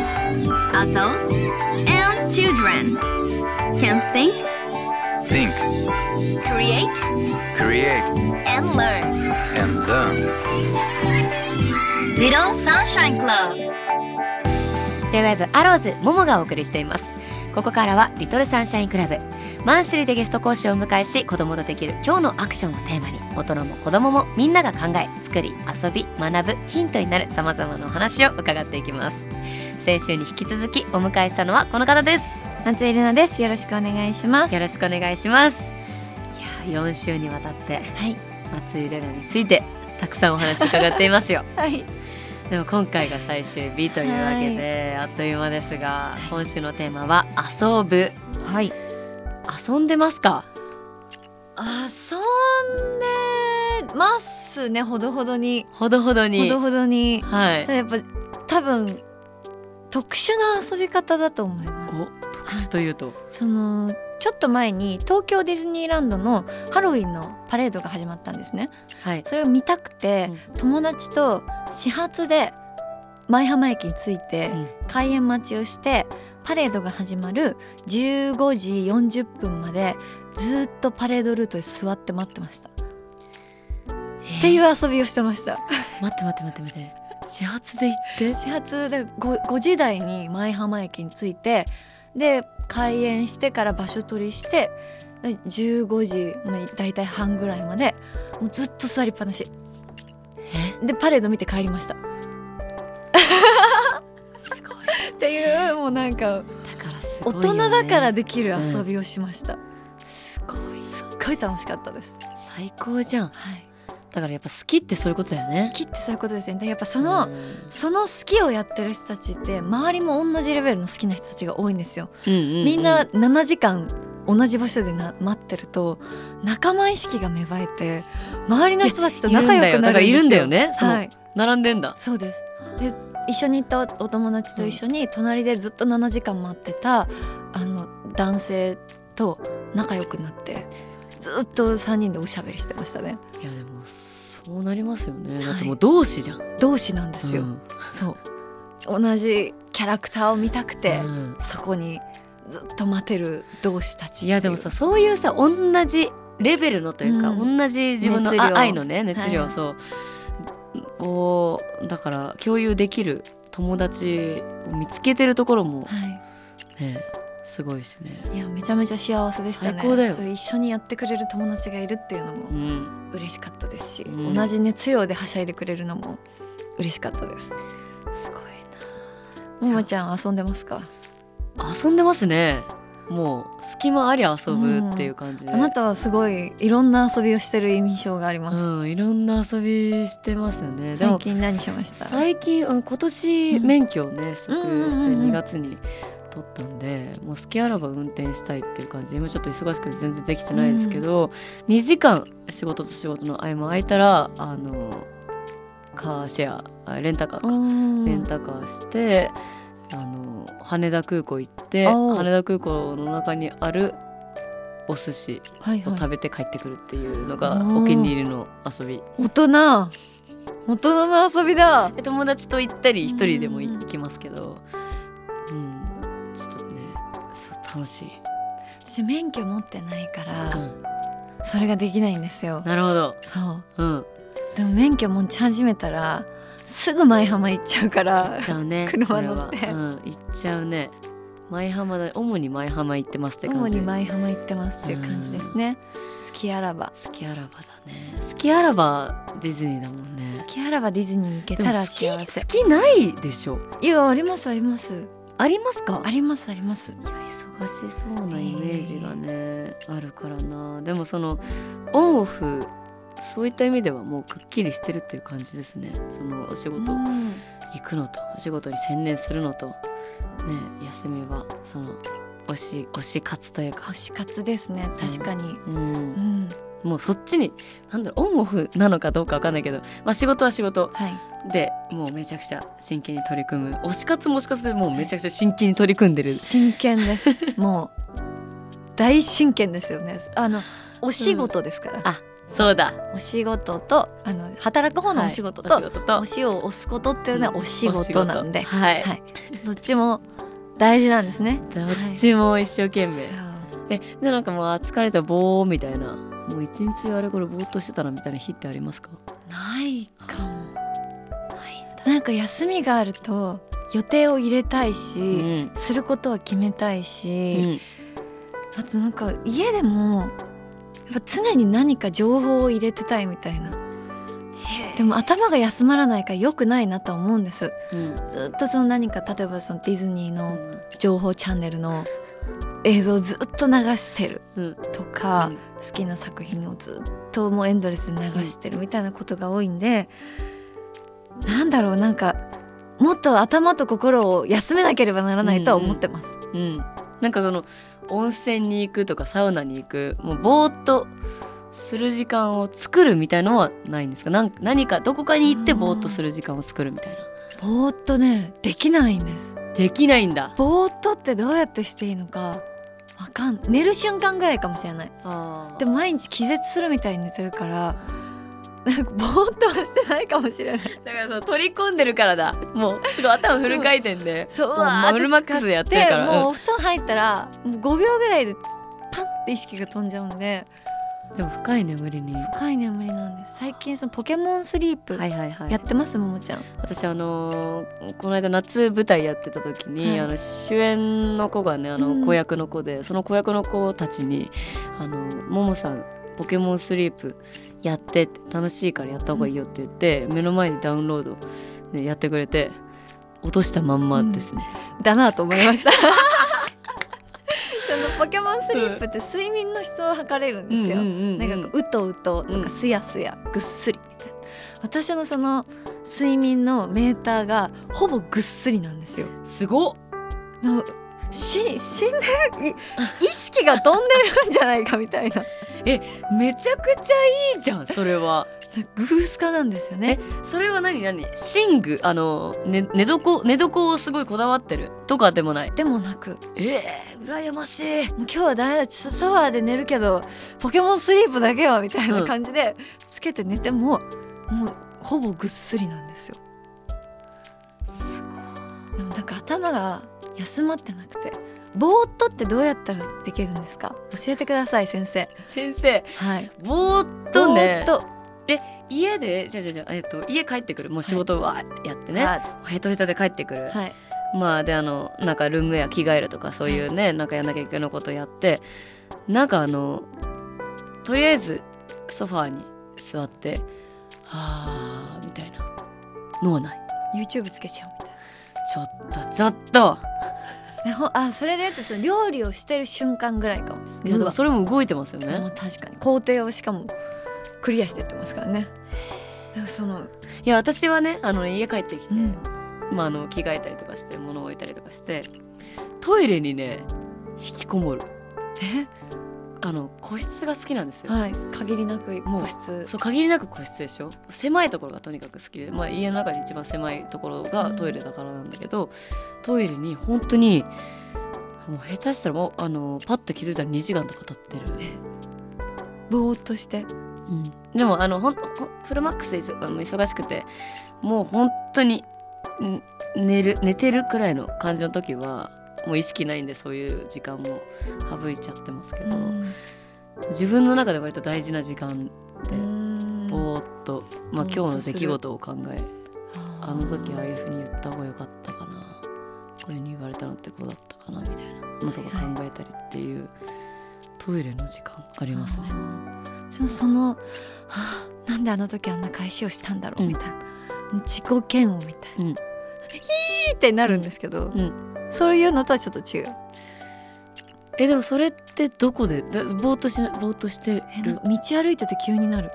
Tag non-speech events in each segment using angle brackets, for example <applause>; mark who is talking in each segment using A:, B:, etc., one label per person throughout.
A: Adults and children can think,
B: Think,
A: create,
B: create,
A: and learn.
B: and learn.
A: Little Sunshine Club.
C: J-WAVE アローズももがお送りしていますここからはリトルサンシャインクラブマンスリーでゲスト講師をお迎えし子供とできる今日のアクションをテーマに大人も子供もみんなが考え作り遊び学ぶヒントになるさまざまなお話を伺っていきます先週に引き続きお迎えしたのはこの方です
D: 松井玲奈ですよろしくお願いします
C: よろしくお願いしますいや4週にわたって、
D: い
C: 松井玲奈についてたくさんお話伺っています
D: <laughs>
C: よ
D: はい
C: でも今回が最終日というわけで、あっという間ですが今週のテーマは遊ぶ
D: はい
C: 遊んでますか
D: 遊んでますねほどほどに
C: ほどほど
D: ほ
C: に
D: どほどに
C: はい
D: ただやっぱ多分特殊な遊び方だと思いま
C: お特殊というと
D: すそのちょっと前に東京ディズニーランドのハロウィンのパレードが始まったんですね
C: はい
D: それを見たくて、友達と始発で舞浜駅に着いて、
C: うん
D: 開園待ちをしてパレードが始まる15時40分までずっとパレードルートで座って待ってました、っていう遊びをしてました
C: 待って待って待って待って始発で行って
D: 始発で 5, 5時台に舞浜駅に着いてで開園してから場所取りしてで15時まあ大体半ぐらいまでもうずっと座りっぱなしでパレード見て帰りましたすごいっていうもうなんか
C: だからすご
D: 大
C: いよ
D: 人
C: ね
D: だからできる遊びをしました、
C: すごい
D: すっごい楽しかったです、
C: 最高じゃん
D: はい、
C: だからやっぱ好きってそういうことだよね
D: 好きってそういうことですねでやっぱそ
C: そ
D: の、
C: うん
D: その好きをやってる人たちって周りも同じレベルの好きな人たちが多いんですよ、
C: うんうんうん
D: みんな7時間同じ場所でな待ってると仲間意識が芽生えて周りの人たちと仲良くなる
C: いる
D: んですよ
C: んだよだからいるんだよねその
D: はい、
C: 並んでんだ
D: そうですで一緒に行ったお友達と一緒に隣でずっと7時間待ってたあの男性と仲良くなってずっと3人でおしゃべりしてましたね
C: いやでもそうなりますよね
D: はい
C: だってもう同志じゃん
D: 同志なんですよ、
C: うん
D: そう同じキャラクターを見たくて、
C: うん
D: そこにずっと待てる同志たちって
C: いうやでもさそういうさ同じレベルのというか、
D: うん
C: 同じ自分の
D: 熱量
C: あ愛のね熱量、
D: はい
C: そうをだから共有できる友達を見つけてるところも
D: は
C: ねすごいしね。
D: い、いやめちゃめちゃ幸せでしたね
C: 最高だよ
D: それ一緒にやってくれる友達がいるっていうの
C: う
D: も
C: ん、
D: 嬉しかったですし、
C: うん
D: 同じ熱量ではしゃいでくれるのも嬉しかったです
C: すごい
D: ももちゃんは遊んでますか
C: な遊んでますねもう隙間あり遊ぶっていう感じで、
D: あなたはすごいいろんな遊びをしてる印象があります、
C: うん、いろんな遊びしてますねで
D: 最
C: も
D: 近何しました
C: 最近うん今年
D: うん
C: 免許をね取得して
D: うんうんうんう
C: 2
D: ん
C: 月に取ったんでもう好きあらば運転したいっていう感じで今ちょっと忙しくて全然できてないですけど、2時間仕事と仕事の合間空いたらあのカーシェアあレンタカーか、
D: うん
C: レンタカーしてあの羽田空港行って
D: おー
C: 羽田空港の中にあるお寿司
D: はい
C: を
D: は
C: 食
D: い、
C: べて帰ってくるっていうのが
D: おー
C: お気に入りの遊び
D: 大人大人の遊びだ
C: え友達と行ったり一人でもい
D: うん
C: 行きますけど、うん、ちょっとねそう楽しい、
D: 私免許持ってないか
C: う
D: ら
C: ん、
D: それができないんですよ
C: なるほど、
D: そう
C: うん、
D: でも免許持ち始めたらすぐ舞浜行っちゃうか
C: 行
D: ら
C: っちゃうね
D: 車乗って
C: これはうん、行っちゃうね舞浜だ主に舞浜行ってますって感
D: 主
C: じ
D: に舞浜行ってますっていう感じですね好きあらば
C: 好きあらばだね好きあらばディズニーだもんね
D: 好きあらばディズニー行け
C: でも
D: たら
C: 好き
D: 幸せ
C: 好きないでしょ
D: いやありますあります
C: ありますか
D: ありますあります
C: いや忙しそうなイメージがね、あるからなでもそのオンオフそういった意味ではもうくっきりしてるっていう感じですねそのお仕
D: う
C: 事行
D: ん
C: くのとお仕事に専念するのとね休みはその推し推し活というか
D: 推、し活ですね確かに
C: う、
D: うんん
C: もうそっちになんだろうオンオフなのかどうかわかんないけど、まあ、仕事は仕事
D: はい
C: でもうめちゃくちゃ真剣に取り組む推し活も推し活でもうめちゃくちゃ真剣に取り組んでる
D: 真剣です
C: <laughs>
D: もう大真剣ですよねあのお仕事ですから、
C: あそうだ
D: お仕事とあの働く方のお仕事と、
C: はいお仕事と
D: お塩を押すことっていうのはお仕事なんで、
C: お仕事はい、
D: はいどっちも大事なんですね。
C: どっちも一生懸命、
D: そう
C: えじゃあなんかもうあ疲れたぼーみたいなもう一日あれこれぼーっとしてたなみたいな日ってありますか
D: ないかも。なんか休みがあると予定を入れたいし、
C: うん
D: することは決めたいうし、
C: ん
D: あとなんか家でもやっぱ常に何か情報を入れてたいみたいなでも頭が休まらないから良くないなとは思うんです
C: うん
D: ずっとその何か例えばそのディズニーの情報チャンネルの映像をずっと流してる
C: うん
D: とか、好きな作品をずっともうエンドレスで流してるみたいなことが多いんで、なんだろうなんかもっと頭と心を休めなければならないとは思ってます。
C: うん、なんかその温泉に行くとかサウナに行くもうぼーっとする時間を作るみたいのはないんですかなん何かどこかに行ってぼーっとする時間を作るみたいな
D: ぼーっとねできないんです。
C: できないんだ
D: ぼーっとってどうやってしていいのかわかん寝る瞬間ぐらいかもしれない。
C: あ
D: でも毎日気絶するみたいに寝てるからなんかぼーっとはしてないかもしれない。
C: だからその取り込んでるからだもうすごい頭フル回転で
D: そう
C: もう
D: うわーって
C: マルマックスでやってるから
D: もうお布団入ったらもう5秒ぐらいでパンって意識が飛んじゃうんで。
C: でも深い眠りには
D: 深い眠りなんです最近そのポケモンスリープ
C: いはいはい
D: やってます、ももちゃん
C: 私あのーこの間夏舞台やってた時に、
D: はい
C: あの主演の子がねあ
D: うん
C: の子役の子で、その子役の子たちに「あのももさんポケモンスリープやってって楽しいからやった方がいいよ」って言って、目の前にダウンロード、ね、やってくれて落としたまんまですね。
D: だなと思いま <laughs> したそのポケモンスリープって睡眠の質を測れるんですよ、なんかこううとうとと
C: う
D: か
C: ん
D: すやすやぐっすりみたいな私のその睡眠のメーターがほぼぐっすりなんですよ
C: すごっ
D: のし死んでるい意識が飛んでるんじゃないかみたい <laughs> な
C: めちゃくちゃいいじゃんそれは。
D: グース化なんですよね
C: それは何何寝具あの、ね、寝床寝床をすごいこだわってるとかでもない。
D: でもなく
C: ええ羨ましい。
D: もう今日はダメだちょっとソファーで寝るけどポケモンスリープだけはみたいな感じで、つけて寝てももうほぼぐっすりなんですよすごいでもなんか頭が休まってなくてぼーっとってどうやったらできるんですか教えてください先生
C: 先生
D: はい
C: ぼーっとね
D: ぼーっ
C: 家でじゃあじゃあじゃあえっと家帰ってくるもう仕事はやって
D: と
C: ね、
D: あ
C: ヘトヘトで帰ってくる、
D: はい
C: まあであのなんかルームウェア着替えるとかそういうね、なんかやんなきゃいけないことやってなんかあのとりあえずソファーに座ってはあみたいな脳内
D: YouTube つけちゃうみたい
C: ちょっとちょっと
D: なねほあそれでってその料理をしてる瞬間ぐらいかも
C: いやで
D: う
C: も
D: わ
C: それも動いてますよね
D: まあ、確かに工程をしかもクリアしてってますからねだからその、
C: いや私はねあの家帰ってきて、
D: うん
C: まあ、あの着替えたりとかして物を置いたりとかしてトイレにね引きこもる
D: え
C: あの個室が好きなんですよ、
D: はい、限りなく個室
C: そう限りなく個室でしょ狭いところがとにかく好きで、まあ、家の中で一番狭いところがトイレだからなんだけど、トイレに本当にもう下手したらもうあのパッと気づいたら2時間とか経ってる、
D: ぼーっとして
C: うんでもあのほんほんフルマックスで忙あの忙しくてもう本当にん寝る寝てるくらいの感じの時はもう意識ないんでそういう時間も省いちゃってますけど、自分の中で割と大事な時間で
D: うん
C: ぼーっと、まあ、
D: ぼーっと
C: 今日の
D: する
C: 出来事を考え
D: あー
C: あの時ああいうふうに言った方が良かったかなこれに言われたのってこうだったかなみたいなのとか考えたりっていうトイレの時間ありますね。
D: あーそのそのあーなんであの時あんな返しをしたんだろう
C: うん
D: みたいな、自己嫌悪みたいな、
C: うん
D: ヒーってなるんですけど、
C: うん
D: そういうのとはちょっと違う
C: えでもそれってどこでだぼーっとしなぼーっとしてる
D: えなんか道歩いてて急になる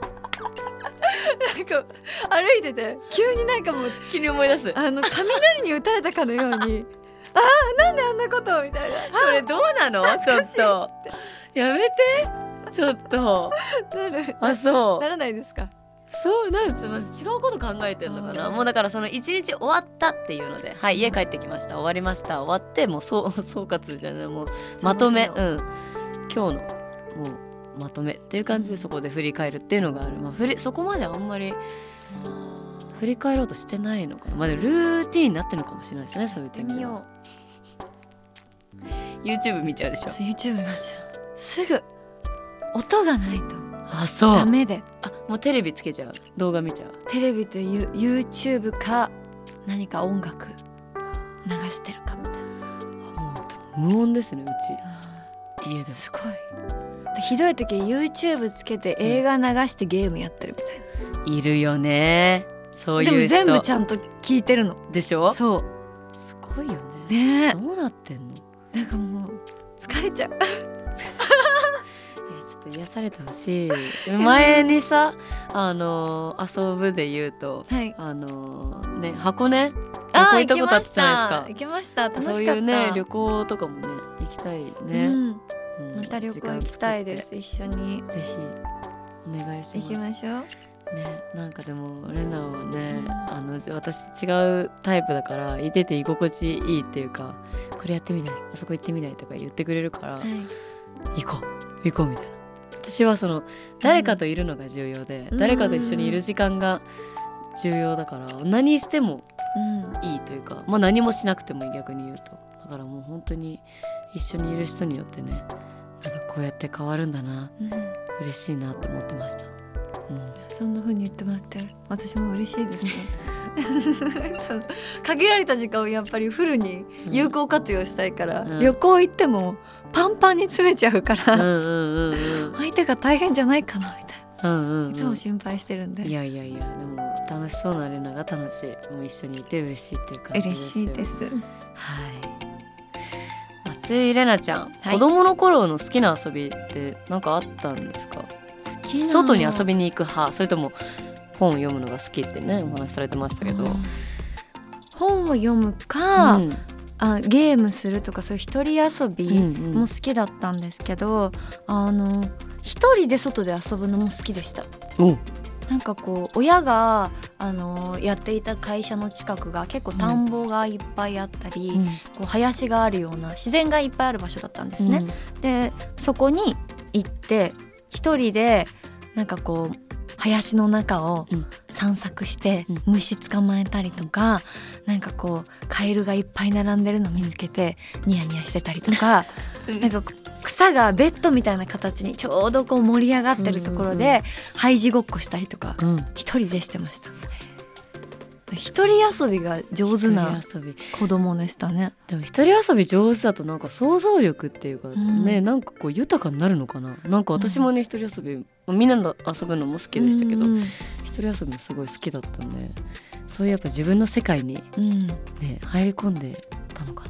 D: なんか歩いてて急になんかもう
C: 急に思い出す
D: あの雷に打たれたかのように <laughs> ああなんであんなことみたいな
C: それどうなのちょっとやめてちょっと
D: なる
C: あそう
D: ならないですか
C: そうなんですまず違うこと考えてんのかな
D: あー
C: もうだからその一日終わったっていうのではい家帰ってきました終わりました終 <laughs> わってもうそう総括じゃないもうまとめ
D: その
C: う
D: 日の
C: ん今日のもうまとめっていう感じでそこで振り返るっていうのがある、まあ、振りそこまであんまり振り返ろうとしてないのかな、まあ、でもルーティンになってるのかもしれないですねそういう
D: やって
C: 点で
D: み
C: は
D: よ
C: YouTube 見ちゃうでし
D: う
C: ょ
D: YouTube 見ますよすぐ音がないと
C: あそう
D: ダ
C: あ
D: メで
C: もうテレビつけちゃう動画見ちゃう
D: テレビとユ YouTube か何か音楽流してるかみたい
C: もう無音ですねう
D: な
C: ち家でも
D: すごいでひどい時 YouTube つけて映画流してゲームやってるみたい
C: いるよねそう
D: なで
C: い
D: も
C: う
D: 全部ち
C: 人
D: ゃんと聞いてるの
C: でしょ
D: そ
C: すごいよ
D: う
C: ね
D: ね
C: どうなってんのい
D: えなんかもう疲れちゃう
C: <laughs> やちょっと癒されてほしい <laughs> 前にさあのー遊ぶで言うと
D: はい
C: あのーね箱根旅行
D: あー
C: 行ったことあったじゃないで
D: 行
C: すか
D: きました行きました楽しかった
C: そういうね旅行とかもね行きたいね、
D: うん
C: うん
D: また旅行行きたいです一緒に
C: 時間作ってぜひお願いし
D: 行
C: ます
D: きましょう
C: ね、なんかでもレナはねあの私違うタイプだからいてて居心地いいっていうかこれやってみないあそこ行ってみないとか言ってくれるから
D: はい
C: 行こう行こうみたいな私はその誰かといるのが重要で、
D: うん
C: 誰かと一緒にいる時間が重要だから何しても
D: うん
C: いいというか、まあ、何もしなくてもいい逆に言うとだからもう本当に一緒にいる人によってねなんかこうやって変わるんだな
D: うん
C: 嬉しいなって思ってました。
D: <laughs>
C: うん
D: そんな風に言ってもらって私も嬉しいですね <laughs> その限られた時間をやっぱりフルに有効活用したいから、
C: うん
D: 旅行行ってもパンパンに詰めちゃうか
C: うん
D: ら、
C: うんうんうん
D: 相手が大変じゃないかなみたい
C: うんうんうん、
D: ないつも心配してるんで、
C: いやいやいやでも楽しそうなレナが楽しいもう一緒にいて嬉しいっていう感じ
D: 嬉
C: です
D: しい
C: よ
D: です
C: はい松井レナちゃん、
D: はい
C: 子供の頃の好きな遊びって何かあったんですか
D: 好
C: 外に遊びに行く派それとも本を読むのが好きってねお話しされてましたけど、
D: 本を読むか、
C: うん
D: あゲームするとかそういう一人遊び
C: うんうん
D: も好きだったんですけど、あの一人で外で遊ぶのも好きでした
C: お
D: なんかこう親があのやっていた会社の近くが結構田んぼがいっぱいあったり、
C: うん
D: こう林があるような自然がいっぱいある場所だったんですね。でそこに行って一人でなんかこう林の中を
C: うん
D: 散策して
C: う
D: 虫捕まえたりとか、なんかこうカエルがいっぱい並んでるの見つけてニヤニヤしてたりとか、
C: <laughs> うん
D: なんか草がベッドみたいな形にちょうどこう盛り上がってるところ
C: うんうんう
D: でハイジごっこしたりとか
C: うん
D: 一人でしてました。一人遊びが上手な
C: 一人遊び
D: 子供でしたね。
C: でも一人遊び上手だとなんか想像力っていうか
D: ん
C: ね、なんかこう豊かになるのかななんか私もね一人遊びみんなの遊ぶのも好きでしたけど、
D: うん
C: 一人遊びもすごい好きだったんでそういうやっぱ自分の世界に、ね、
D: うん
C: 入り込んでたのか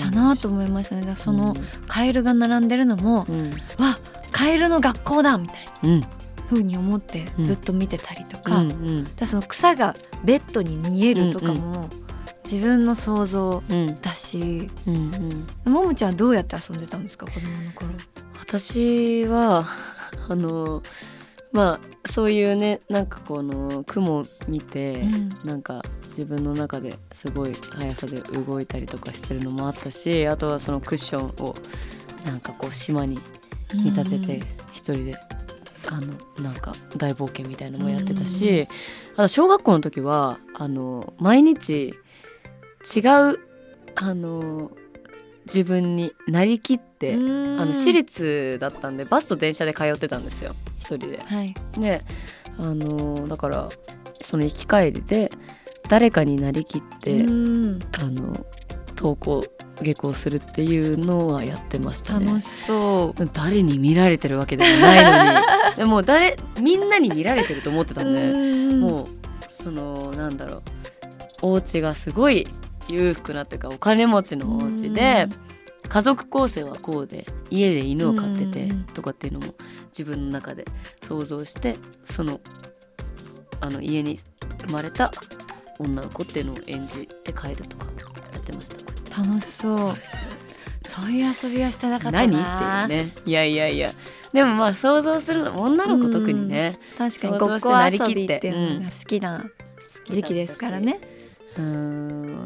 C: な
D: だなと思いましたねだからその、カエルが並んでるのも、
C: うんうん
D: わカエルの学校だみたいな
C: うん
D: 風に思って
C: うん
D: ずっと見てたりと
C: うん
D: か,、だからその草がベッドに見えるとかも、自分の想像
C: うんうん
D: だし
C: うんうん
D: ももちゃんはどうやって遊んでたんですか子供の頃。
C: 私はあのまあそういうねなんかこの雲を見て、
D: うん
C: なんか自分の中ですごい速さで動いたりとかしてるのもあったしあとはそのクッションをなんかこう島に見立てて一人で、あのなんか大冒険みたいなのもやってたし、あと小学校の時はあの毎日違うあの自分になりきって、
D: うん
C: あの私立だったんでバスと電車で通ってたんですよ一人で。
D: はい、
C: ねあのだからその行き帰りで誰かになりきって、
D: うん
C: あの登校下校するっていうのはやってましたね。
D: 楽しそう。
C: 誰に見られてるわけでもないの
D: <laughs>
C: にでも誰みんなに見られてると思ってたんで、
D: も
C: もうそのなんだろうお家がすごい裕福なというかお金持ちのお家で、家族構成はこうで家で犬を飼ってて
D: うん
C: とかっていうのも自分の中で想像してそのあの家に生まれた女の子っていうのを演じて帰るとかやってました。
D: 楽し
C: <laughs>
D: そう。そういう遊びはしてなかったな。
C: 何っていうねいやいやいやでもまあ想像するの女の子特にね、
D: 確か
C: 想
D: にご
C: 像
D: っ
C: して
D: こ
C: なりきって
D: 遊びっていうのが好きな
C: 好きだったし
D: 時期ですからね。
C: うー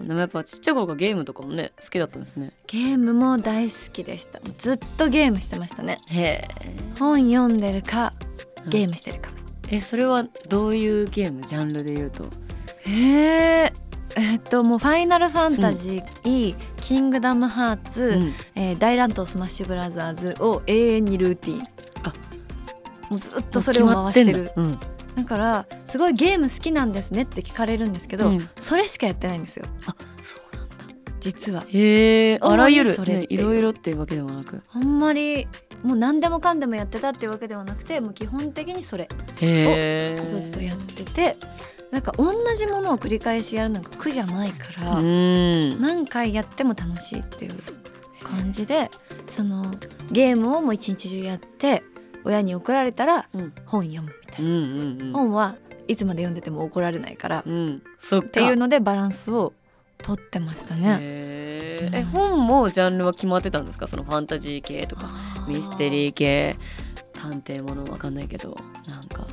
C: んでもやっぱちっちゃい頃からゲームとかもね好きだったんですね
D: ゲームも大好きでしたずっとゲームしてましたね
C: へ
D: 本読んでるか
C: うん
D: ゲームしてるか、
C: えそれはどういうゲームジャンルで言うと
D: えーえっともう「ファイナルファンタジー」キングダムハーツ」
C: うん
D: えー大乱闘スマッシュブラザーズ」を永遠にルーティン
C: あ
D: もうずっとそれを回してるだ
C: 決まってんだ
D: からすごいゲーム好きなんですねって聞かれるんですけど、
C: うんうん
D: それしかやってないんですよ
C: あそうなんだ
D: 実は
C: へえ
D: 主に
C: あらゆる
D: それって
C: ねいろいろっていうわけではなく
D: あんまりもう何でもかんでもやってたっていうわけではなくてもう基本的にそれ
C: へえ
D: ずっとやっててなんか同じものを繰り返しやるのが苦じゃないから、
C: うん
D: 何回やっても楽しいっていう感じでそのゲームをもう一日中やって親に怒られたら
C: うん
D: 本読むみた
C: う
D: いな、
C: んうん
D: 本はいつまで読んでても怒られないから、
C: う
D: っ
C: んそっか
D: ていうのでバランスを取ってましたね。
C: へーえ本もジャンルは決まってたんですかそのファンタジー系とかミステ
D: ー
C: リー系探偵ものわかんないけどなんか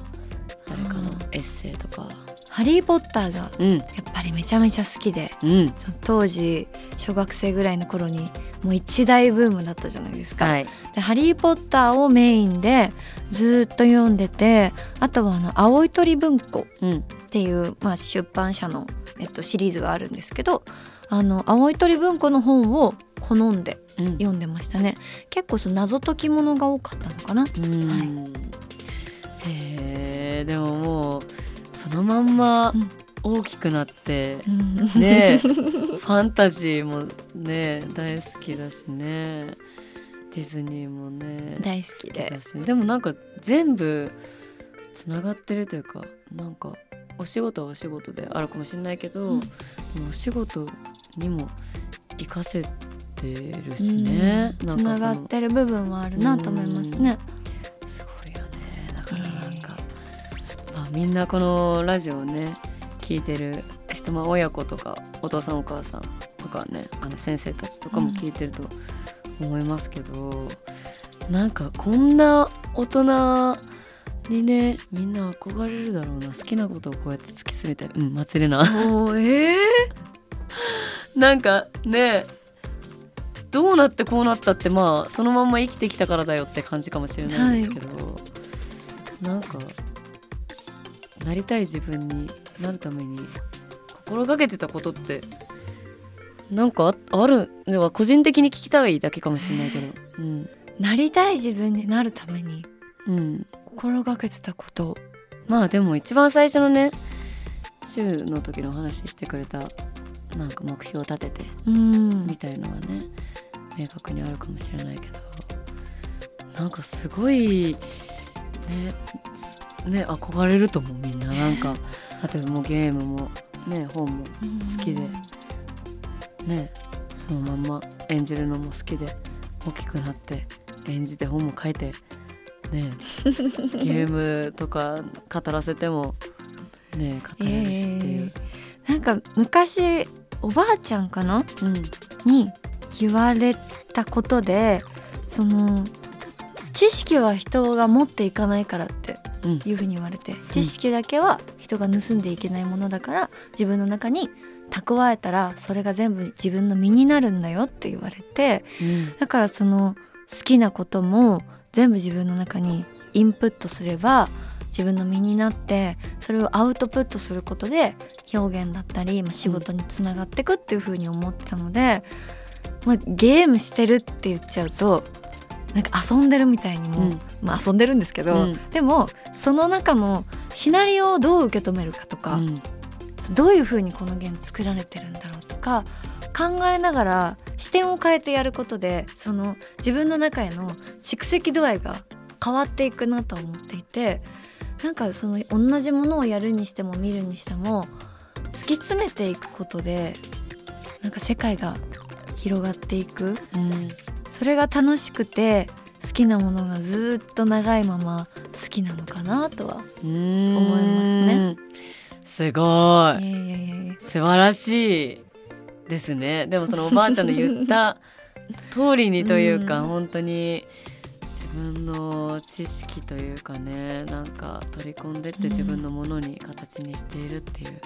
C: 誰かの
D: あ
C: エッセイとか
D: 「ハリー・ポッター」が
C: うん
D: やっぱりめちゃめちゃ好きで
C: うん
D: その当時小学生ぐらいの頃にもう一大ブームだったじゃないですか。
C: はい
D: で「ハリー・ポッター」をメインでずーっと読んでてあとはあの「青い鳥文庫」
C: うん
D: っていう、まあ、出版社の、えっと、シリーズがあるんですけどあの青い鳥文庫の本を好んで
C: うん
D: 読んでましたね結構その謎解き物が多かったのかな
C: うん
D: はい
C: へえでももうそのまんま
D: うん
C: 大きくなって、
D: うん
C: <laughs> ねえファンタジーもね大好きだしねディズニーもね
D: <laughs> 大好きで
C: だしでもなんか全部つながってるというかなんかお仕事はお仕事であるかもしれないけど、
D: うん
C: でもお仕事にも活かせてるしね、
D: うん
C: な
D: つ
C: んか
D: な
C: その
D: がってる部分はあるなと思いますね
C: すごいよねだからなんか、まあ、みんなこのラジオをね聞いてる人まあ親子とかお父さんお母さんとかねあの先生たちとかも聞いてると思いますけど、なんかこんな大人にねみんな憧れるだろうな好きなことをこうやって突き進めてうん祭れな
D: おーえ
C: なんかねどうなってこうなったってまあそのまんま生きてきたからだよって感じかもしれないですけど、なんかなりたい自分になるために心がけてたことってなんかああるでは個人的に聞きたいだけかもしれないけど、うん
D: ーなりたい自分になるために
C: うん、
D: 心がけてたこと
C: まあでも一番最初のね週の時のお話ししてくれたなんか目標を立てて
D: うん
C: みたいのはね明確にあるかもしれないけどなんかすごいねすね憧れると思うみ
D: <laughs>
C: んななんか例えばもうゲームもね本も好きでねそのまんま演じるのも好きで大きくなって演じて本も書いて
D: <laughs>
C: ねゲームとか語らせてもね語れるしっていう。
D: なんか昔おばあちゃんかな
C: うん
D: に言われたことでその知識は人が持っていかないからって
C: うん
D: いうふうに言われて、知識だけは人が盗んでいけないものだから自分の中に蓄えたらそれが全部自分の身になるんだよって言われて
C: うん
D: だからその好きなことも全部自分の中にインプットすれば自分の身になってそれをアウトプットすることで表現だったり、まあ、仕事につながっていくっていうふうに思ってたので、まあ、ゲームしてるって言っちゃうとなんか遊んでるみたいにも、
C: うん
D: まあ、遊んでるんですけど、
C: うん
D: でもその中のシナリオをどう受け止めるかとか、
C: うん
D: どういうふうにこのゲーム作られてるんだろうとか考えながら視点を変えてやることでその自分の中への蓄積度合いが変わっていくなと思っていてなんかその同じものをやるにしても見るにしても突き詰めていくことでなんか世界が広がっていく
C: うん
D: それが楽しくて好きなものがずっと長いまま好きなのかなとは。
C: 思
D: いますね
C: すごい
D: いやいやいやいや
C: 素晴らしいですねでもそのおばあちゃんの言った
D: <laughs>
C: 通りにというか
D: うん
C: 本当に自分の知識というかねなんか取り込んでって
D: うん
C: 自分のものに形にしているっていう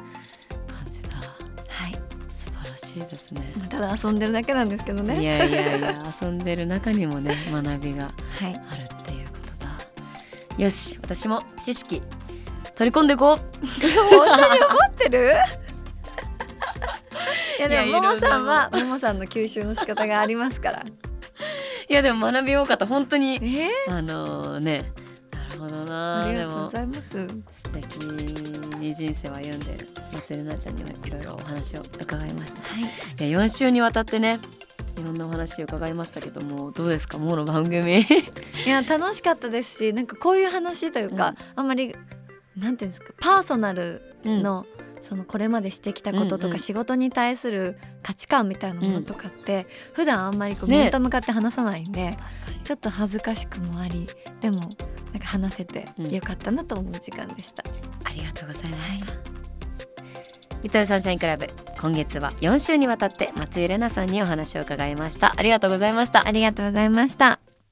C: 感じだ
D: はい
C: 素晴らししいですね。
D: ただ遊んでるだけなんですけど
C: い
D: ね
C: やいやいや遊んでる中にもね学びが
D: はい
C: あるっていうことだ。よし私も知識取り込んでい
D: <laughs>
C: こう。
D: 本当に怒ってる <laughs> いや
C: いや
D: でももも
C: いろいろ
D: さんはももさんの吸収の仕方がありま
C: <laughs>
D: すから
C: いやでも学び多かった本当に
D: えー、
C: あのねなるほど
D: あ
C: な
D: りが
C: で
D: とうご
C: も
D: ざいます
C: 素敵に人生を歩んでる松江奈々ちゃんにはいろいろお話を伺いました。
D: は
C: い
D: い
C: や4週にわたってねいろんなお話を伺いましたけどもどうですかもうの番 <laughs> 組
D: いや楽しかったですしなんかこういう話というか、あんまりなんていうんですかパーソナルの、そのこれまでしてきたことと
C: うんうん
D: か仕事に対する価値観みたいなものとかって普段あんまりこう
C: ね
D: 面と向かって話さないんで
C: 確かに
D: ちょっと恥ずかしくもありでもなんか話せて
C: うん
D: よかったなと思う時間でした。
C: ありがとうございました、リトルサンシャインクラブ今月は4週にわたって松井玲奈さんにお話を伺いましたありがとうございました
D: ありがとうございました。